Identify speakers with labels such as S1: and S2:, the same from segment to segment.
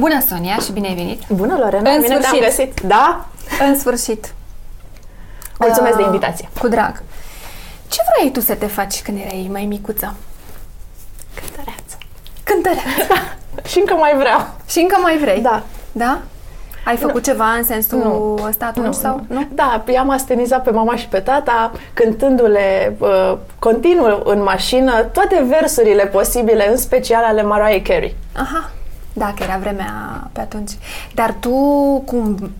S1: Bună, Sonia, și bine ai venit!
S2: Bună, Lorena!
S3: În
S2: Bine te-am
S3: sfârșit.
S2: găsit! Da?
S3: În sfârșit.
S2: Mulțumesc de
S3: Ah,
S2: invitație!
S3: Cu drag. Ce vrei tu să te faci când erai mai micuță?
S2: Cântăreață!
S3: Cântăreață.
S2: Și încă mai vreau!
S3: Și încă mai vrei?
S2: Da.
S3: Da? Ai făcut ceva în sensul
S2: Nu.
S3: ăsta atunci sau? Nu.
S2: Da, i-am astenizat pe mama și pe tata cântându-le uh, continuu în mașină toate versurile posibile, în special ale Mariah Carey.
S3: Aha. Da, că era vremea pe atunci. Dar tu, cum,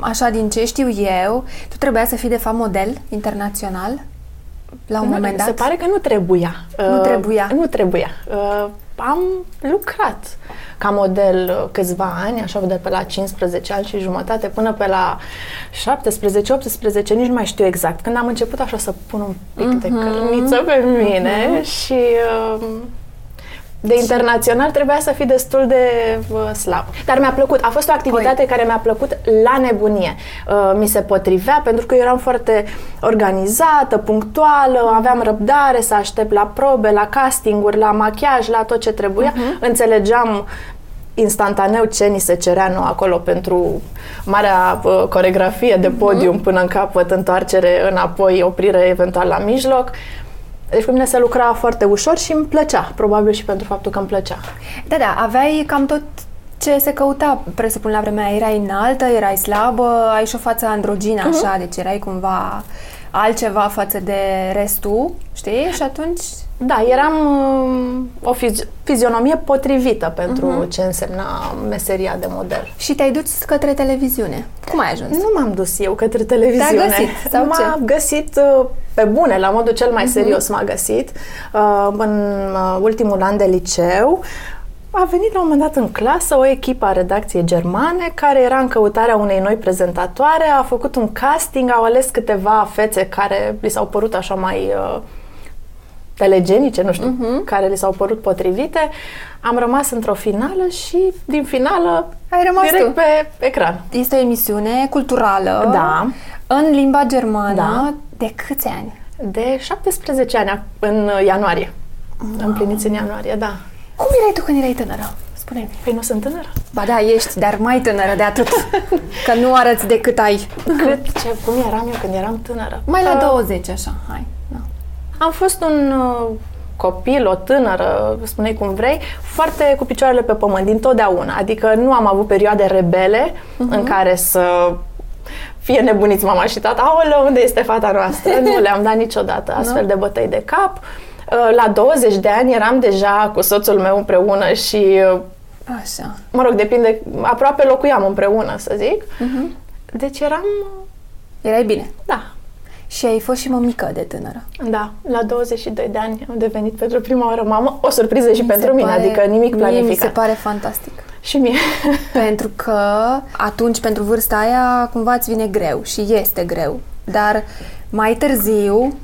S3: așa din ce știu eu, tu trebuia să fii de fapt model internațional la un
S2: Nu,
S3: moment dat?
S2: Se pare că nu trebuia. Uh,
S3: Nu trebuia.
S2: Nu trebuia. Uh, am lucrat ca model uh, câțiva ani, așa de pe la 15 ani și jumătate până pe la 17-18, nici nu mai știu exact. Când am început așa să pun un pic de
S3: Mhm.
S2: cărniță pe mine și uh, de internațional trebuia să fii destul de uh, slab. Dar mi-a plăcut. A fost o activitate
S3: Păi.
S2: care mi-a plăcut la nebunie. Uh, mi se potrivea pentru că eu eram foarte organizată, punctuală, aveam răbdare să aștept la probe, la castinguri, la machiaj, la tot ce trebuia. Înțelegeam instantaneu ce ni se cerea nou acolo pentru marea uh, coregrafie de podium până în capăt, întoarcere înapoi, oprire eventual la mijloc. Deci cu mine se lucra foarte ușor și îmi plăcea, probabil și pentru faptul că îmi plăcea.
S3: Da, da, aveai cam tot ce se căuta, presupun, la vremea aia. Erai înaltă, erai slabă, ai și o față androgină,
S2: Mhm.
S3: așa, deci erai cumva altceva față de restul, știi? Și atunci...
S2: Da, eram um, o fizi- fizionomie potrivită pentru ce însemna meseria de model.
S3: Și te-ai dus către televiziune. Cum ai ajuns?
S2: Nu m-am dus eu către televiziune.
S3: Te-a găsit, sau
S2: m-a
S3: ce? Mhm.
S2: găsit uh, pe bune, la modul cel mai serios m-a găsit. Uh, În uh, ultimul an de liceu a venit la un moment dat în clasă o echipă a redacției germane care era în căutarea unei noi prezentatoare, a făcut un casting, au ales câteva fețe care li s-au părut așa mai uh, telegenice, nu știu,
S3: Mhm.
S2: care li s-au părut potrivite. Am rămas într-o finală și din finală
S3: Ai rămas
S2: direct
S3: tu.
S2: pe ecran.
S3: Este o emisiune culturală.
S2: Da.
S3: În limba germană.
S2: Da.
S3: De câți ani?
S2: De 17 ani, în uh, ianuarie. Wow. Împliniți în ianuarie, da.
S3: Cum erai tu când erai tânără? Spune-mi.
S2: Păi nu sunt tânără.
S3: Ba da, ești, dar mai tânără de atât. că nu arăți decât ai.
S2: Cât ce, cum eram eu când eram tânără?
S3: Mai la
S2: Uh,
S3: 20, așa, hai. Da.
S2: Am fost un uh, copil, o tânără, spune cum vrei, foarte cu picioarele pe pământ, dintotdeauna. Adică nu am avut perioade rebele în care să fie nebuniți mama și tata, aoleu, unde este fata noastră? nu le-am dat niciodată astfel de bătăi de cap. Uh, La 20 de ani eram deja cu soțul meu împreună și uh,
S3: Așa.
S2: mă rog, depinde, aproape locuiam împreună, să zic.
S3: Mhm.
S2: Uh-huh. Deci eram,
S3: Erai bine.
S2: da,
S3: Și ai fost și mămică de tânără.
S2: da, la 22 de ani am devenit pentru prima oară mamă, o surpriză și pentru mine, adică
S3: Mie
S2: nimic
S3: mi
S2: planificat.
S3: se pare fantastic.
S2: Și mie.
S3: pentru că atunci, pentru vârsta aia, cumva îți vine greu și este greu. Dar mai târziu,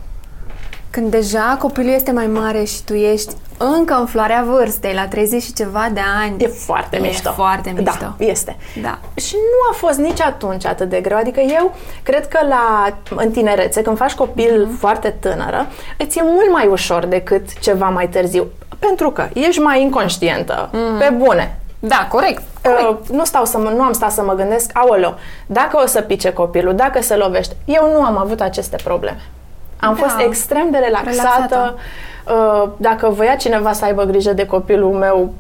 S3: când deja copilul este mai mare și tu ești încă în floarea vârstei, la 30 și ceva de ani,
S2: E foarte
S3: E
S2: mișto.
S3: foarte mișto.
S2: Da, este.
S3: Da.
S2: Și nu a fost nici atunci atât de greu. Adică eu cred că la, în tinerețe, când faci copil
S3: Mhm.
S2: foarte tânără, îți e mult mai ușor decât ceva mai târziu. Pentru că ești mai inconștientă,
S3: Mm.
S2: pe bune.
S3: Da, corect.
S2: Uh, nu, stau să mă, nu am stat să mă gândesc, aoleo, dacă o să pice copilul, dacă se lovește. Eu nu am avut aceste probleme. Am
S3: Da.
S2: fost extrem de relaxată.
S3: Relaxată.
S2: Uh, Dacă voia cineva să aibă grijă de copilul meu,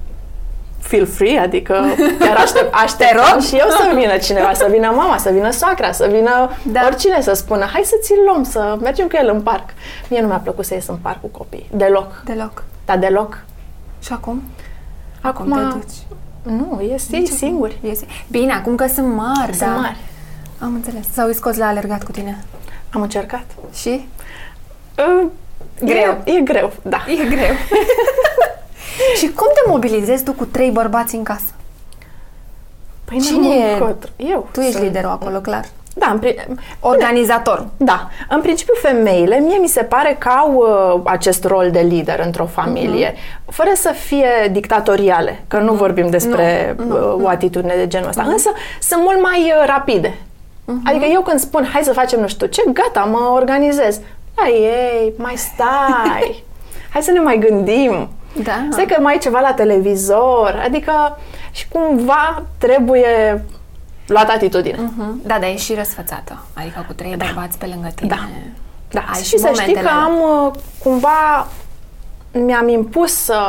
S2: feel free, adică chiar aștept, așteptam și eu să vină cineva, să vină mama, să vină soacra, să vină
S3: Da.
S2: da. oricine să spună, hai să ți-l luăm, să mergem cu el în parc. Mie nu mi-a plăcut să ies în parc cu copii, deloc,
S3: Deloc.
S2: dar deloc.
S3: Și acum?
S2: Acum,
S3: Cum te duci?
S2: nu, ies ei singuri.
S3: Iese. Bine, acum că sunt mari,
S2: Sunt
S3: da.
S2: mari.
S3: Am înțeles. Sau îi scoți la alergat cu tine.
S2: Am încercat.
S3: Și?
S2: Uh,
S3: Greu.
S2: E, e greu, da.
S3: E greu. și cum te mobilizezi tu cu trei bărbați în casă?
S2: Păi
S3: Cine
S2: n-am
S3: e?
S2: încotro. Eu.
S3: Tu ești
S2: sunt.
S3: liderul acolo, clar.
S2: Da, în pri-
S3: Organizator.
S2: da, în principiu femeile, mie mi se pare că au uh, acest rol de lider într-o familie,
S3: Mhm.
S2: fără să fie dictatoriale, că nu vorbim despre uh, o atitudine de genul
S3: Mhm.
S2: ăsta, însă sunt mult mai uh, rapide. Adică eu când spun, hai să facem nu știu ce, gata, mă organizez. La ei, mai stai, hai să ne mai gândim.
S3: Da.
S2: Stai că mai e ceva la televizor, adică și cumva trebuie luat atitudine.
S3: Mhm. Da, dar ești și răsfățată. Adică cu trei bărbați pe lângă tine.
S2: Da. Da,
S3: Ai și,
S2: și să știi
S3: momentele
S2: că am uh, cumva mi-am impus să,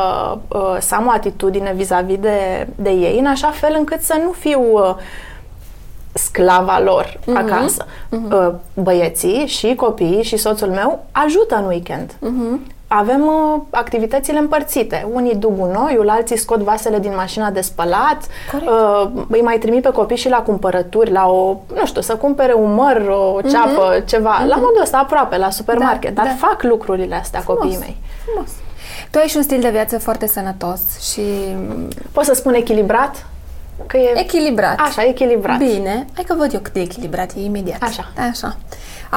S2: uh, să am o atitudine vis-a-vis de, de ei, în așa fel încât să nu fiu uh, sclava lor
S3: Mhm.
S2: acasă. Uh, Băieții și copiii și soțul meu ajută în weekend.
S3: Mhm.
S2: Avem uh, activitățile împărțite. Unii duc gunoiul, alții scot vasele din mașina de spălat,
S3: Corect.
S2: uh, îi mai trimit pe copii și la cumpărături, la o, nu știu, să cumpere un măr, o ceapă, ceva, la modul ăsta aproape, la supermarket.
S3: Mhm. Da,
S2: Dar
S3: da.
S2: fac lucrurile astea copiii
S3: Frumos.
S2: mei.
S3: Frumos. Tu ai și un stil de viață foarte sănătos și
S2: Pot să spun echilibrat? Că e
S3: echilibrat.
S2: așa, echilibrat.
S3: Bine, hai că văd eu cât de echilibrat e imediat.
S2: Așa.
S3: Da, așa.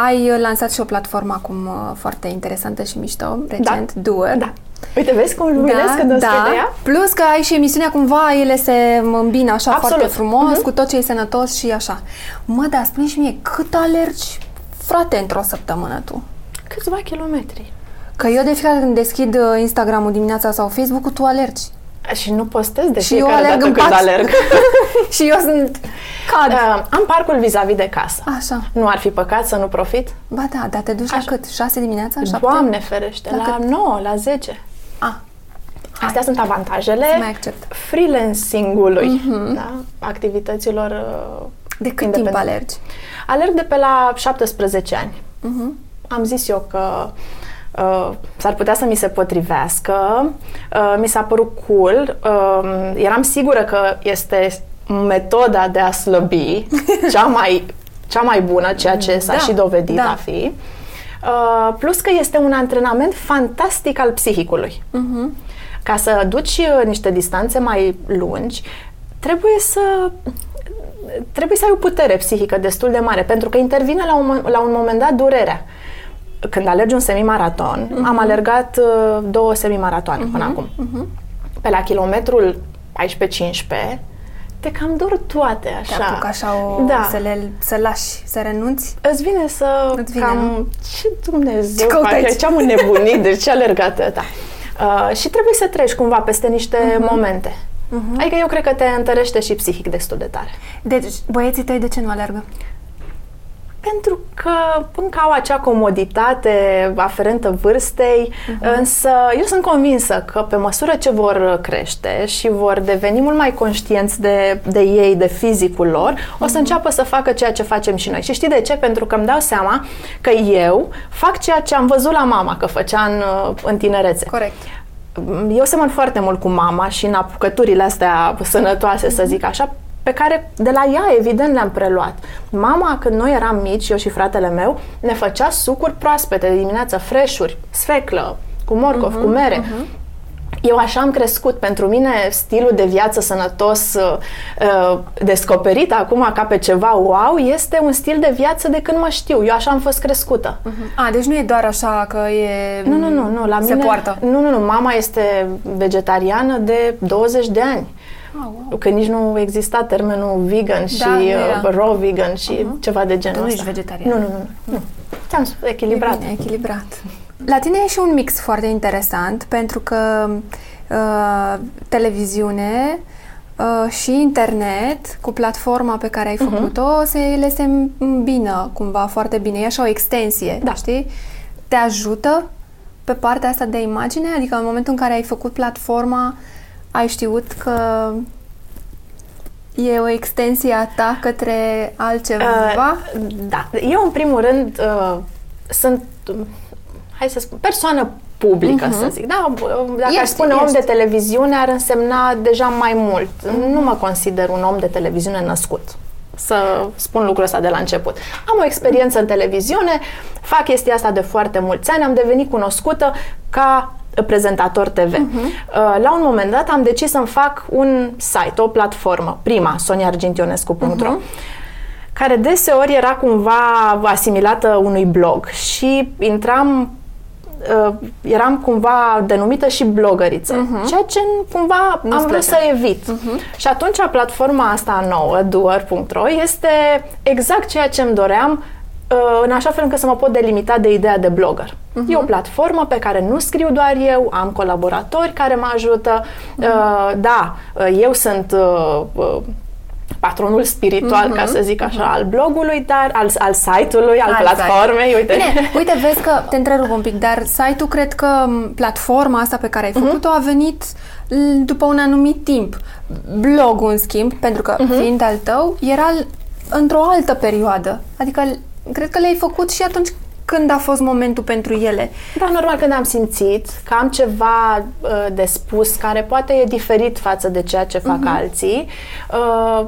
S3: Ai uh, lansat și o platformă acum uh, foarte interesantă și mișto, recent, Duer.
S2: Da. Uite, vezi cum luminez când o scrie de ea?
S3: Da, Plus că ai și emisiunea cumva, ele se îmbină așa
S2: Absolut. Mhm.
S3: foarte frumos, cu tot ce e sănătos și așa. Mă, dar spune și mie, cât alergi, frate, într-o săptămână tu?
S2: Câțiva kilometri.
S3: Că eu de fiecare dată când deschid uh, Instagram-ul dimineața sau Facebook-ul, tu alergi.
S2: Și nu postez de
S3: Și eu
S2: fiecare
S3: alerg
S2: dată
S3: în
S2: când
S3: pat.
S2: alerg.
S3: și eu sunt... Cad.
S2: Uh, am parcul vis-a-vis de casă.
S3: Așa.
S2: Nu ar fi păcat să nu profit?
S3: Ba da, dar te duci la
S2: Așa.
S3: cât? 6 dimineața? 7?
S2: Doamne ferește,
S3: La
S2: la, la 9, la 10.
S3: A,
S2: Astea sunt avantajele
S3: Să mai accept. Mhm.
S2: freelancing-ului, da? activităților uh,
S3: de cât timp
S2: independente.
S3: alergi?
S2: Alerg de pe la 17 ani.
S3: Mhm.
S2: Am zis eu că uh, s-ar putea să mi se potrivească. Uh, mi s-a părut cool. Uh, eram sigură că este metoda de a slăbi cea mai, cea mai bună, ceea ce s-a
S3: Da,
S2: și dovedit
S3: da.
S2: a fi. Uh, plus că este un antrenament fantastic al psihicului.
S3: Mhm.
S2: Ca să duci uh, niște distanțe mai lungi, trebuie să trebuie să ai o putere psihică destul de mare, pentru că intervine la un, mo- la un moment dat durerea. Când alergi un semimaraton,
S3: Mhm.
S2: am alergat uh, două semimaratoane până acum. Pe la kilometrul 14-15, te cam dor toate,
S3: Te
S2: așa.
S3: apuc așa o,
S2: da.
S3: să, le, să lași, să renunți?
S2: Îți vine să
S3: Îți vine,
S2: cam...
S3: nu?
S2: Ce Dumnezeu
S3: Ce
S2: ce
S3: caută
S2: face?
S3: aici?
S2: Ce am înnebunit? De ce alergat atâta? Uh, și trebuie să treci cumva peste niște
S3: Mhm.
S2: momente. Adică eu cred că te întărește și psihic destul de tare.
S3: Deci, băieții tăi de ce nu alergă?
S2: Pentru că încă au acea comoditate aferentă vârstei, însă eu sunt convinsă că pe măsură ce vor crește și vor deveni mult mai conștienți de, de ei, de fizicul lor, o să înceapă să facă ceea ce facem și noi. Și știi de ce? Pentru că îmi dau seama că eu fac ceea ce am văzut la mama că făcea în, uh, în tinerețe.
S3: Corect.
S2: Eu semăn foarte mult cu mama și în apucăturile astea sănătoase, să zic așa, pe care de la ea, evident, le-am preluat. Mama, când noi eram mici, eu și fratele meu, ne făcea sucuri proaspete de dimineață, freșuri, sfeclă, cu morcov, cu mere. Eu așa am crescut. Pentru mine, stilul de viață sănătos uh, uh, descoperit acum ca pe ceva wow este un stil de viață de când mă știu. Eu așa am fost crescută.
S3: A, deci nu e doar așa că e...
S2: Nu, nu, nu, nu, la
S3: Se
S2: mine...
S3: poartă.
S2: Nu, nu, nu, mama este vegetariană de 20 de ani.
S3: Au,
S2: Când nici nu exista termenul vegan și
S3: Da, nu era.
S2: uh, raw vegan și ceva de genul
S3: Tu nu
S2: ăsta.
S3: ești vegetarian.
S2: Nu, nu, nu. nu. Ți-am spus, echilibrat.
S3: Bine, echilibrat. La tine e și un mix foarte interesant pentru că uh, televiziune uh, și internet, cu platforma pe care ai făcut-o, se, ele se îmbină cumva foarte bine. E așa o extensie, da. știi? Te ajută pe partea asta de imagine? Adică în momentul în care ai făcut platforma, ai știut că e o extensie a ta către altceva?
S2: Uh, da. Eu, în primul rând, uh, sunt, uh, hai să spun, persoană publică,
S3: Uh-huh.
S2: să zic. Da, uh, dacă
S3: Ești,
S2: aș spune om
S3: ești.
S2: de televiziune, ar însemna deja mai mult. Nu mă consider un om de televiziune născut. Să spun lucrul ăsta de la început. Am o experiență în televiziune, fac chestia asta de foarte mulți ani, am devenit cunoscută ca prezentator TV. Uh, La un moment dat am decis să-mi fac un site, o platformă, prima, soniaargintionescu.ro care deseori era cumva asimilată unui blog și intram uh, eram cumva denumită și blogăriță, ceea ce cumva am vrut
S3: plăcea.
S2: să evit. Și atunci platforma asta nouă, duer.ro, este exact ceea ce îmi doream uh, în așa fel încât să mă pot delimita de ideea de blogger. Uh-huh. E o platformă pe care nu scriu doar eu, am colaboratori care mă ajută. Uh, Da, uh, eu sunt uh, uh, patronul spiritual, ca să zic așa, al blogului, dar al, al site-ului, al,
S3: Hai,
S2: platformei,
S3: site.
S2: uite.
S3: Bine, uite, vezi că te întrerup un pic, dar site-ul cred că m, platforma asta pe care ai
S2: Mhm.
S3: făcut-o a venit l- după un anumit timp. Blogul, în schimb, pentru că
S2: Mhm.
S3: fiind al tău, era l- într-o altă perioadă. Adică l- cred că le-ai făcut și atunci când a fost momentul pentru ele.
S2: Da, normal, când am simțit că am ceva uh, de spus care poate e diferit față de ceea ce
S3: Mhm.
S2: fac uh-huh. alții, uh,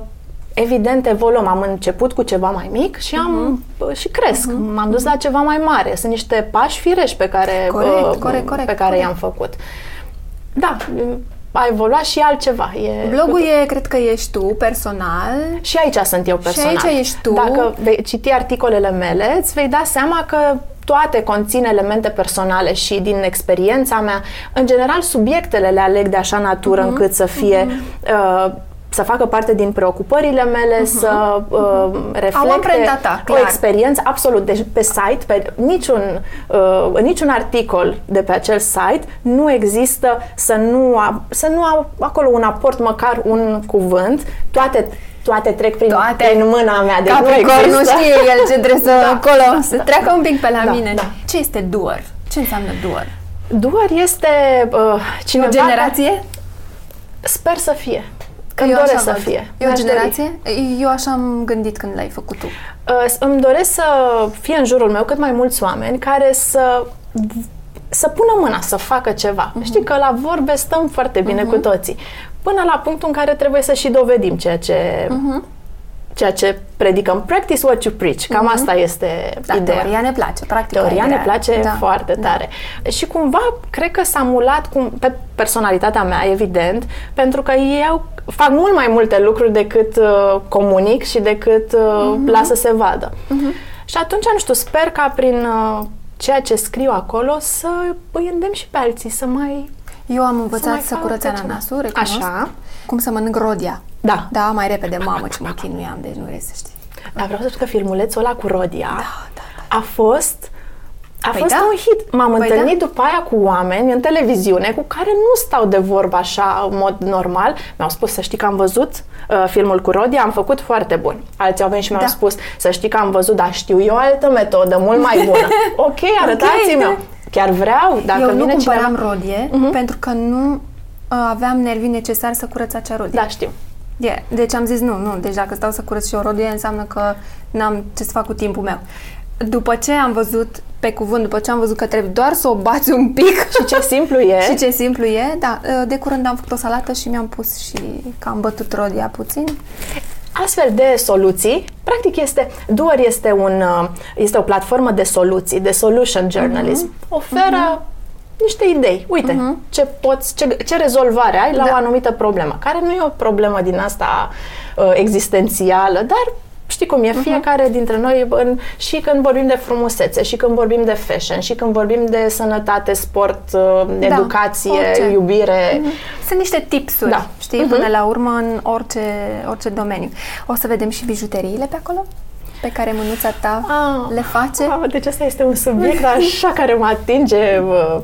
S2: evident evoluăm. Am început cu ceva mai mic și am
S3: Mhm.
S2: uh, și cresc. Uh-huh. M-am dus la ceva mai mare. Sunt niște pași firești pe care, uh,
S3: Corect, corect, corect,
S2: pe care
S3: corect.
S2: i-am făcut. Da, a evoluat și altceva. E,
S3: Blogul e, cred că ești tu, personal,
S2: și aici sunt eu personal.
S3: aici ești tu.
S2: Dacă vei citi articolele mele, îți vei da seama că toate conțin elemente personale și din experiența mea, în general, subiectele le aleg de așa natură
S3: Mhm.
S2: încât să fie... Uh, să facă parte din preocupările mele, să uh, reflecte
S3: amprenta ta,
S2: o
S3: Mhm. clar.
S2: experiență absolut. Deci pe site, pe niciun, uh, în niciun articol de pe acel site nu există să nu, a, să nu au acolo un aport, măcar un cuvânt. Toate, toate trec prin,
S3: Toate.
S2: prin mâna mea. Deci nu
S3: Capricorn nu
S2: există.
S3: știe el ce trebuie să
S2: Da,
S3: acolo,
S2: da,
S3: să
S2: da.
S3: treacă un pic pe la
S2: Da,
S3: mine.
S2: da.
S3: Ce este doer? Ce înseamnă doer?
S2: Duar este uh, cineva...
S3: O generație?
S2: Sper să fie.
S3: Că
S2: Îmi
S3: eu
S2: doresc
S3: așa
S2: să
S3: văd.
S2: fie.
S3: E o
S2: Mi-aș dori.
S3: generație? Eu așa am gândit când l-ai făcut tu.
S2: Uh, Îmi doresc să fie în jurul meu cât mai mulți oameni care să să pună mâna, să facă ceva.
S3: Mhm.
S2: Știi că la vorbe stăm foarte bine cu toții. Până la punctul în care trebuie să și dovedim ceea ce
S3: Mhm.
S2: ceea ce predicăm. Practice what you preach. Cam asta este
S3: Mhm. Da,
S2: ideea.
S3: teoria ne place, practica
S2: Teoria
S3: e
S2: ne
S3: grea.
S2: place
S3: Da.
S2: foarte tare. Și cumva, cred că s-a mulat cum, pe personalitatea mea, evident, pentru că eu fac mult mai multe lucruri decât uh, comunic și decât uh,
S3: Mhm.
S2: las să se vadă. Și atunci, nu știu, sper ca prin uh, ceea ce scriu acolo să îi îndemn și pe alții să mai...
S3: Eu am
S2: Să
S3: învățat
S2: mai
S3: să,
S2: fac
S3: curăț
S2: altceva.
S3: ananasul, recunosc.
S2: Așa.
S3: Cum să mănânc rodia.
S2: Da. da.
S3: Da, mai repede, mamă, ce mă chinuiam, deci nu vrei să știi.
S2: Dar vreau să spun că filmulețul ăla cu Rodia
S3: da,
S2: a fost... A
S3: Păi
S2: fost
S3: da.
S2: un hit. M-am
S3: Păi
S2: întâlnit după aia cu oameni în televiziune cu care nu stau de vorbă așa în mod normal. Mi-au spus să știi că am văzut uh, filmul cu Rodia, am făcut foarte bun. Alții au venit și mi-au
S3: Da.
S2: spus să știi că am văzut, dar știu eu o altă metodă mult mai bună. ok, arătați-mi. Chiar vreau, dacă
S3: da. Eu nu
S2: vine cineva... Mhm.
S3: cumpăram rodie pentru că nu uh, aveam nervii necesari să curăț acea rodie.
S2: Da, știu.
S3: Yeah. Deci am zis nu, nu, deci dacă stau să curăț și o rodie înseamnă că n-am ce să fac cu timpul meu. După ce am văzut, pe cuvânt, după ce am văzut că trebuie doar să o bați un pic
S2: Și ce simplu e.
S3: și ce simplu e, da, de curând am făcut o salată și mi-am pus și că am bătut rodia puțin.
S2: Astfel de soluții, practic este, Duer este, un, uh, este o platformă de soluții, de solution
S3: Mhm.
S2: journalism. Oferă niște idei. Uite, ce, poți, ce, ce rezolvare ai la
S3: Mhm. Da.
S2: o anumită problemă, care nu e o problemă din asta uh, existențială, dar știi cum
S3: Mhm.
S2: e, fiecare dintre noi în, și când vorbim de frumusețe, și când vorbim de fashion, și când vorbim de sănătate, sport, uh, educație,
S3: Da, orice. Mhm.
S2: iubire.
S3: Sunt niște tipsuri,
S2: Mhm. Da.
S3: știi, până la urmă în orice, orice domeniu. O să vedem și bijuteriile pe acolo pe care mânuța ta
S2: Ah.
S3: le face.
S2: Mamă, deci asta este un subiect așa care mă atinge bă,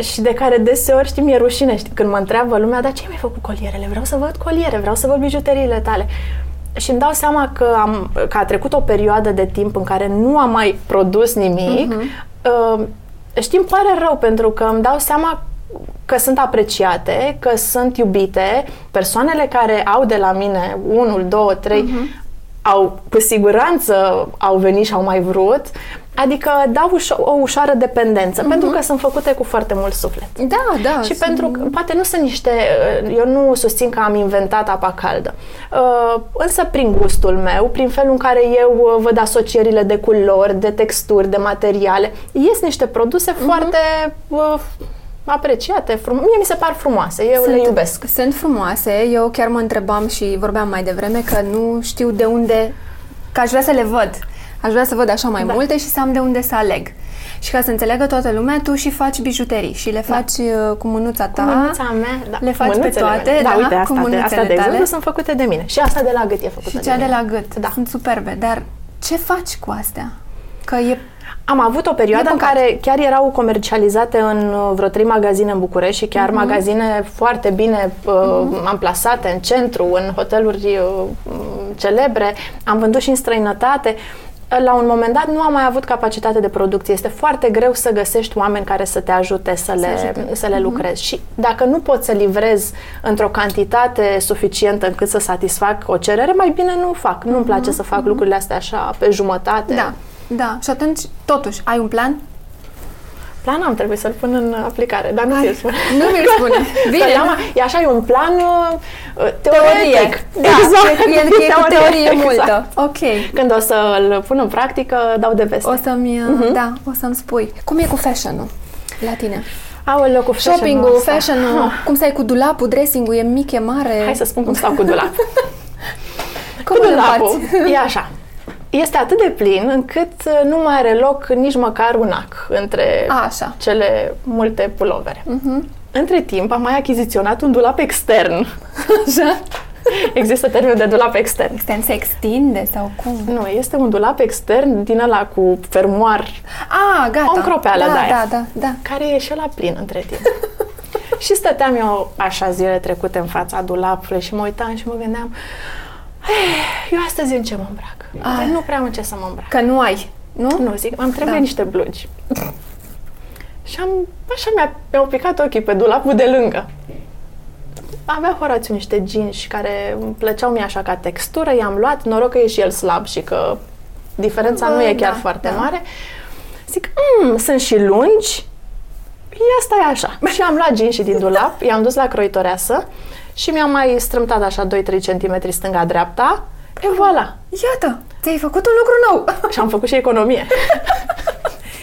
S2: și de care deseori, știi, mi-e rușine știi, când mă întreabă lumea, dar ce mi-ai făcut cu colierele? Vreau să văd coliere, vreau să văd bijuteriile tale. Și îmi dau seama că, am, că a trecut o perioadă de timp în care nu am mai produs nimic. Uh, știi, îmi pare rău pentru că îmi dau seama că sunt apreciate, că sunt iubite. Persoanele care au de la mine unul, două, trei, au, cu siguranță au venit și au mai vrut. Adică dau ușo- o ușoară dependență, pentru că sunt făcute cu foarte mult suflet.
S3: Da, da.
S2: Și
S3: Mhm. sunt-
S2: pentru că, poate nu sunt niște, eu nu susțin că am inventat apa caldă, Uh, însă prin gustul meu, prin felul în care eu uh, văd asocierile de culori, de texturi, de materiale, ies niște produse
S3: Mhm.
S2: foarte uh, apreciate, frum- mie mi se par frumoase, eu le iubesc.
S3: Sunt frumoase. Eu chiar mă întrebam și vorbeam mai devreme că nu știu de unde, că aș vrea să le văd. Aș vrea să văd așa mai
S2: Da.
S3: multe și să am de unde să aleg. Și ca să înțeleagă toată lumea, tu și faci bijuterii și le faci uh, cu mânuța ta.
S2: Da. Mânuța mea, da.
S3: Le faci pe
S2: mânuțele
S3: toate,
S2: mele.
S3: da,
S2: da, uite,
S3: cu
S2: asta de,
S3: mânuțele
S2: asta, de exemplu,
S3: tale.
S2: sunt făcute de mine. Și asta de la gât e făcută
S3: Și cea
S2: de
S3: de
S2: mine.
S3: la gât.
S2: Da.
S3: Sunt superbe, dar Ce faci cu astea? Că e...
S2: Am avut o perioadă
S3: E
S2: în
S3: păcat.
S2: care chiar erau comercializate în uh, vreo trei magazine în București și
S3: Mhm.
S2: chiar magazine foarte bine uh, amplasate în centru, în hoteluri uh, celebre. Am vândut și în străinătate. La un moment dat nu am mai avut capacitate de producție. Este foarte greu să găsești oameni care să te ajute să le,
S3: ajute. Mhm.
S2: Să le lucrezi. Și dacă nu poți să livrezi într-o cantitate suficientă încât să satisfac o cerere, mai bine nu fac. Nu-mi place să fac lucrurile astea așa pe
S3: Mhm.
S2: jumătate.
S3: Da, da. Și atunci, totuși, ai un plan?
S2: Plan am, trebuie să-l pun în aplicare, dar nu ți-l spun.
S3: Nu mi-l spune.
S2: Bine.
S3: Bine.
S2: e așa, e un plan uh, teoretic.
S3: Teorie.
S2: Da,
S3: E, e, e cu Exact. teorie
S2: exact.
S3: multă. Ok.
S2: Când o să îl pun în practică, dau de veste.
S3: O să-mi, uh-huh. da, o să-mi spui. Cum e cu fashion-ul la tine?
S2: Aoleu, cu fashion-ul
S3: Shopping-ul,
S2: ăsta.
S3: fashion-ul, cum stai cu dulapul, dressing-ul, e mic, e mare?
S2: Hai să spun cum stau cu dulapul.
S3: cum
S2: Cu
S3: îl
S2: dulapul
S3: împarți?
S2: e așa. Este atât de plin încât uh, nu mai are loc nici măcar un ac între
S3: A, așa.
S2: cele multe pulovere.
S3: Mhm.
S2: Uh-huh. Între timp am mai achiziționat un dulap extern.
S3: Așa?
S2: Există termenul de dulap extern.
S3: Extend se extinde sau cum?
S2: Nu, este un dulap extern din ăla cu fermoar,
S3: A, gata.
S2: O încropeală
S3: da,
S2: de aer.
S3: da, da, da.
S2: care e și la plin între timp. și stăteam eu așa zile trecute în fața dulapului și mă uitam și mă gândeam "Eh, eu astăzi în ce mă îmbrac?
S3: Ah.
S2: Ah. Nu prea am în ce să mă îmbrac.
S3: Că nu ai, nu?
S2: Nu, zic, am trebuie
S3: Da.
S2: da. niște blugi. și am, așa mi-a, mi-au picat ochii pe dulapul de lângă. Avea Horațiu niște jeans care îmi plăceau mie așa ca textură, i-am luat, noroc că e și el slab și că diferența nu e
S3: Bă,
S2: chiar
S3: da,
S2: foarte
S3: da.
S2: mare. Zic, "Mm, sunt și lungi, ia stai așa. Și am luat jeans și din dulap, i-am dus la croitoreasă și mi-am mai strâmtat așa 2-3 cm stânga-dreapta. E voilà!
S3: Iată, ți-ai făcut un lucru nou.
S2: Și am făcut și economie.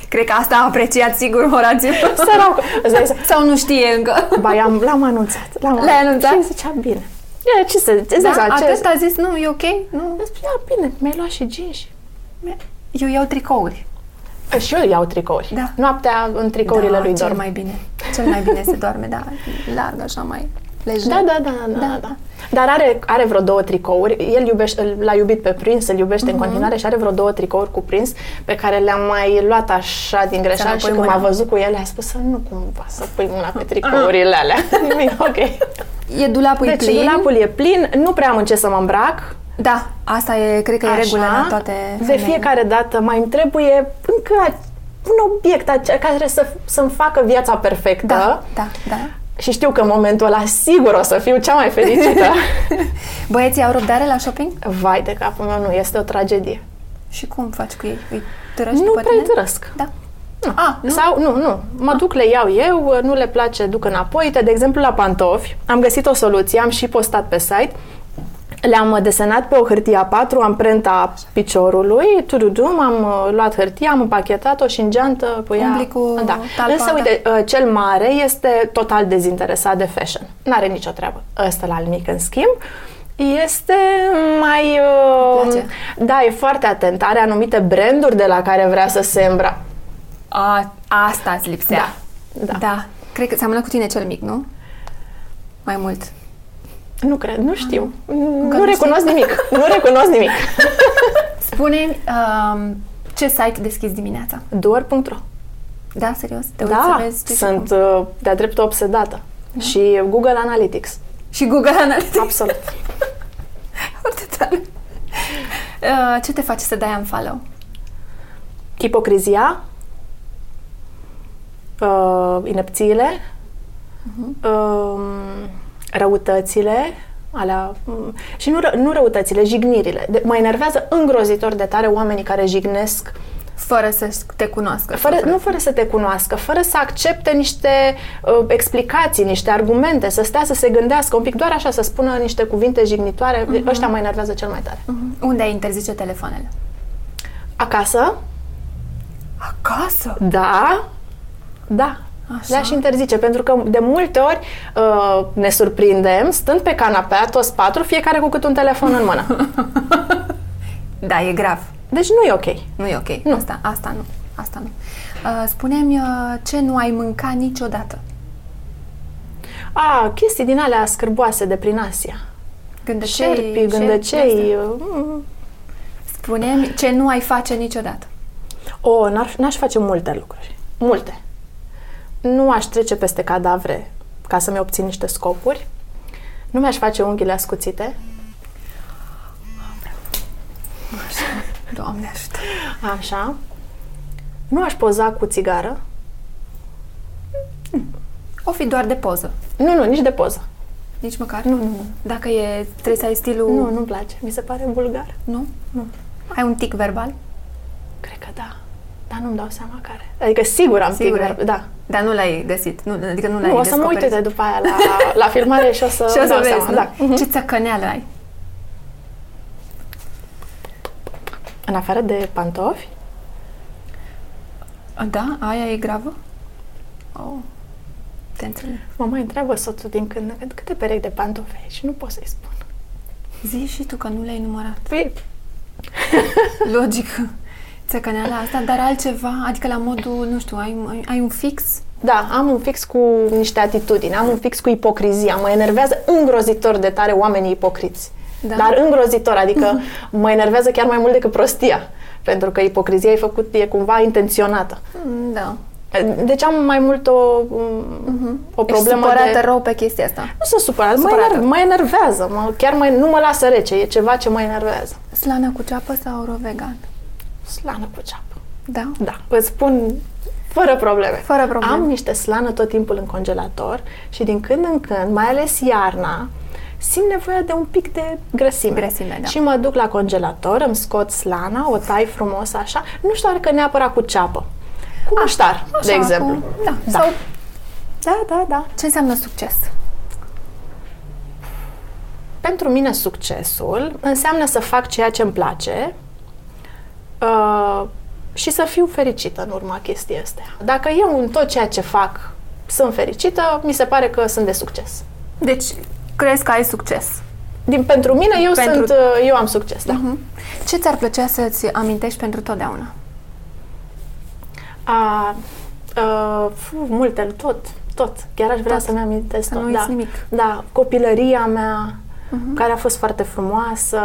S3: Cred că asta a apreciat sigur Horațiu.
S2: Săracul! Îți dai seama.
S3: sau nu știe încă.
S2: Ba, i-am, l-am anunțat. L-am
S3: L-ai anunțat?
S2: Și zicea, bine. E, ce să, ce
S3: Da,
S2: să fac?
S3: atât
S2: Ce?
S3: a zis, nu, e ok? Nu.
S2: Îmi spunea, bine, mi-ai luat și jeans.
S3: Eu iau tricouri.
S2: Păi Și eu iau tricouri.
S3: Da.
S2: Noaptea în tricourile
S3: da,
S2: lui
S3: cel
S2: dorm.
S3: mai bine. Cel mai bine se doarme, da, larg, așa mai lejer.
S2: Da, da, da, da,
S3: Da,
S2: da, da. Dar are, are vreo două tricouri. El iubește, îl- l-a iubit pe prins, îl iubește în continuare și are vreo două tricouri cu prins pe care le-am mai luat așa din
S3: Să nu
S2: greșeală și
S3: pui
S2: când m-a
S3: mâna.
S2: văzut cu ele a spus să nu cumva să pui mâna pe tricourile alea. Nimic, ok.
S3: E dulapul e
S2: Deci
S3: plin.
S2: dulapul e plin, nu prea am în ce să mă îmbrac,
S3: Da, asta e, cred că e regulă la toate
S2: De
S3: femeile.
S2: fiecare dată mai îmi trebuie încă un obiect ace- care să, să-mi facă viața perfectă.
S3: Da, da, da.
S2: Și știu că în momentul ăla sigur o să fiu cea mai fericită.
S3: Băieții au răbdare la shopping?
S2: Vai de capul meu, nu, este o tragedie.
S3: Și cum faci cu ei? Îi târăști
S2: nu
S3: după
S2: prea îi
S3: tine?
S2: târăsc.
S3: Da.
S2: Nu.
S3: A, nu?
S2: Sau, nu, nu. Mă duc, le iau eu, nu le place, duc înapoi. Uite, de exemplu, la pantofi, am găsit o soluție, am și postat pe site. Le-am desenat pe o hârtie A4 amprenta piciorului, tududum, am uh, luat hârtia, am împachetat-o și în geantă cu ea.
S3: Umbli cu
S2: da.
S3: talpa,
S2: Însă,
S3: da.
S2: uite, uh, cel mare este total dezinteresat de fashion. N-are nicio treabă. Ăsta la al mic, în schimb, este mai... uh,
S3: Îmi place.
S2: Da, e foarte atent. Are anumite branduri de la care vrea să se îmbra.
S3: A, asta îți lipsea.
S2: Da. da.
S3: da. Cred că seamănă cu tine cel mic, nu? Mai mult.
S2: Nu cred, nu știu.
S3: Încă
S2: nu
S3: nu
S2: recunosc
S3: știi?
S2: nimic. Nu recunosc nimic.
S3: Spune um, ce site deschizi dimineața?
S2: Duor.ro
S3: Da, serios? Te uiți
S2: Da,
S3: să vezi ce și
S2: sunt
S3: cum?
S2: uh, de-a dreptul obsedată. Și Google Analytics.
S3: Și Google Analytics.
S2: Absolut.
S3: Foarte tare. Uh, ce te face să dai un follow?
S2: Hipocrizia, uh, inepțiile, um, răutățile, alea, mm, și nu, ră, nu răutățile, jignirile. De, mă enervează îngrozitor de tare oamenii care jignesc
S3: Fără să te cunoască.
S2: Fără, nu fără să te cunoască, fără să accepte niște uh, explicații, niște argumente, să stea să se gândească un pic, doar așa, să spună niște cuvinte jignitoare, uh-huh. ăștia mă enervează cel mai tare.
S3: Mhm. Unde ai interzice telefoanele?
S2: Acasă,
S3: Acasă?
S2: da, da,
S3: Așa.
S2: le-aș interzice, pentru că de multe ori uh, ne surprindem stând pe canapea, toți patru, fiecare cu cât un telefon în mână.
S3: Da, e grav.
S2: Deci nu e ok.
S3: Nu e ok. Nu. Asta, asta nu. Asta nu. Uh, spune-mi uh, ce nu ai mâncat niciodată.
S2: A, chestii din alea scârboase de prin Asia.
S3: Gândăcei,
S2: Șerpi,
S3: șerpi,
S2: gândăcei,
S3: de-astea.
S2: uh, mm,
S3: spune ce nu ai face niciodată.
S2: O, oh, n-ar, n-aș face multe lucruri. Multe. Nu aș trece peste cadavre ca să-mi obțin niște scopuri. Nu mi-aș face unghiile ascuțite.
S3: Așa. Doamne ajută.
S2: Așa. Nu aș poza cu țigară.
S3: O fi doar de poză.
S2: Nu, nu, nici de poză.
S3: Nici măcar? Nu, nu, nu. Dacă e, trebuie să ai stilul...
S2: Nu, nu-mi place. Mi se pare vulgar.
S3: Nu? Nu. Ai un tic verbal?
S2: Cred că da. Dar nu-mi dau seama care. Adică sigur am
S3: Sigur
S2: tic
S3: ai.
S2: verbal. Da.
S3: Dar nu l-ai găsit. Nu, adică nu l-ai
S2: Nu, o să mă
S3: descoperit.
S2: uit uite, după aia la, la filmare și o să
S3: Și o
S2: îmi
S3: să
S2: dau
S3: vezi,
S2: seama.
S3: nu?
S2: Da.
S3: Ce țăcăneală ai?
S2: În afară de pantofi,
S3: Da? Aia e gravă? Oh. Te înțeleg.
S2: mă mai întreabă soțul din când în când câte perechi de pantofi ai și nu pot să-i spun.
S3: Zi și tu că nu le-ai numărat.
S2: Păi,
S3: Logic. Țăcăneala asta, dar altceva, adică la modul, nu știu, ai, ai- ai un fix?
S2: Da, am un fix cu niște atitudini, am un fix cu ipocrizia. Mă enervează îngrozitor de tare oamenii ipocriți.
S3: Da.
S2: Da. Dar îngrozitor, adică mă enervează chiar mai mult decât prostia. Pentru că ipocrizia e făcut, e cumva intenționată.
S3: Mm, Da.
S2: Deci am mai mult o, o problemă
S3: Mhm. Ești supărată
S2: de...
S3: rău pe chestia asta.
S2: Nu sunt supărat, mă,
S3: Supărată.
S2: enerv, mă enervează, mă, chiar mă, nu mă lasă rece, e ceva ce mă enervează.
S3: Slana cu ceapă sau rovegan?
S2: Slană cu ceapă.
S3: Da.
S2: Da, îți spun fără probleme.
S3: Fără probleme.
S2: Am niște slană tot timpul în congelator și din când în când, mai ales iarna, simt nevoia de un pic de grăsime.
S3: Grăsime, da.
S2: Și mă duc la congelator, îmi scot slana, o tai frumos așa, nu știu că neapărat cu ceapă. Cu muștar, de
S3: Așa,
S2: exemplu.
S3: Cu... Da.
S2: Da.
S3: Sau
S2: Da, da, da.
S3: ce înseamnă succes?
S2: Pentru mine succesul înseamnă să fac ceea ce îmi place uh, și să fiu fericită în urma chestii astea. Dacă eu în tot ceea ce fac sunt fericită, mi se pare că sunt de succes.
S3: Deci, crezi că ai succes.
S2: Din pentru mine eu
S3: Pentru-
S2: sunt uh, eu am succes, da.
S3: Mhm. Ce ți-ar plăcea să-ți amintești pentru totdeauna?
S2: A, uh, fu, multe, tot, tot. Chiar aș vrea
S3: Tot.
S2: să-mi amintesc
S3: Să
S2: tot.
S3: nu uiți
S2: da.
S3: nimic.
S2: Da, copilăria mea,
S3: Mhm.
S2: uh-huh. care a fost foarte frumoasă,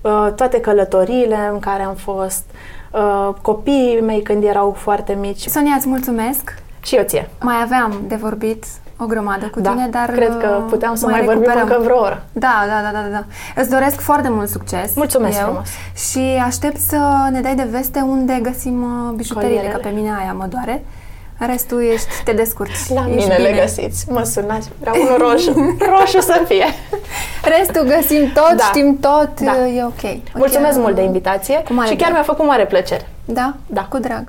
S2: uh, toate călătoriile în care am fost, uh, copiii mei când erau foarte mici
S3: Sonia, îți mulțumesc.
S2: și eu ție.
S3: Mai aveam de vorbit o grămadă cu
S2: Da,
S3: tine, dar
S2: cred că
S3: uh,
S2: puteam să mai, vorbim
S3: recuperăm.
S2: încă vreo oră.
S3: Da, da, da, da, da. Îți doresc foarte mult succes.
S2: Mulțumesc
S3: eu,
S2: frumos.
S3: Și aștept să ne dai de veste unde găsim uh, bijuteriile,
S2: Colierele.
S3: că pe mine aia mă doare. În Restul ești, te descurci.
S2: La
S3: ești
S2: mine
S3: bine.
S2: le găsiți, mă sunați, vreau unul roșu, roșu să fie.
S3: Restul găsim tot,
S2: Da.
S3: știm tot,
S2: Da.
S3: e ok.
S2: Mulțumesc
S3: Ok,
S2: mult de
S3: uh,
S2: invitație
S3: Cu mare
S2: și chiar
S3: drag.
S2: mi-a făcut mare plăcere.
S3: Da?
S2: Da.
S3: Cu drag.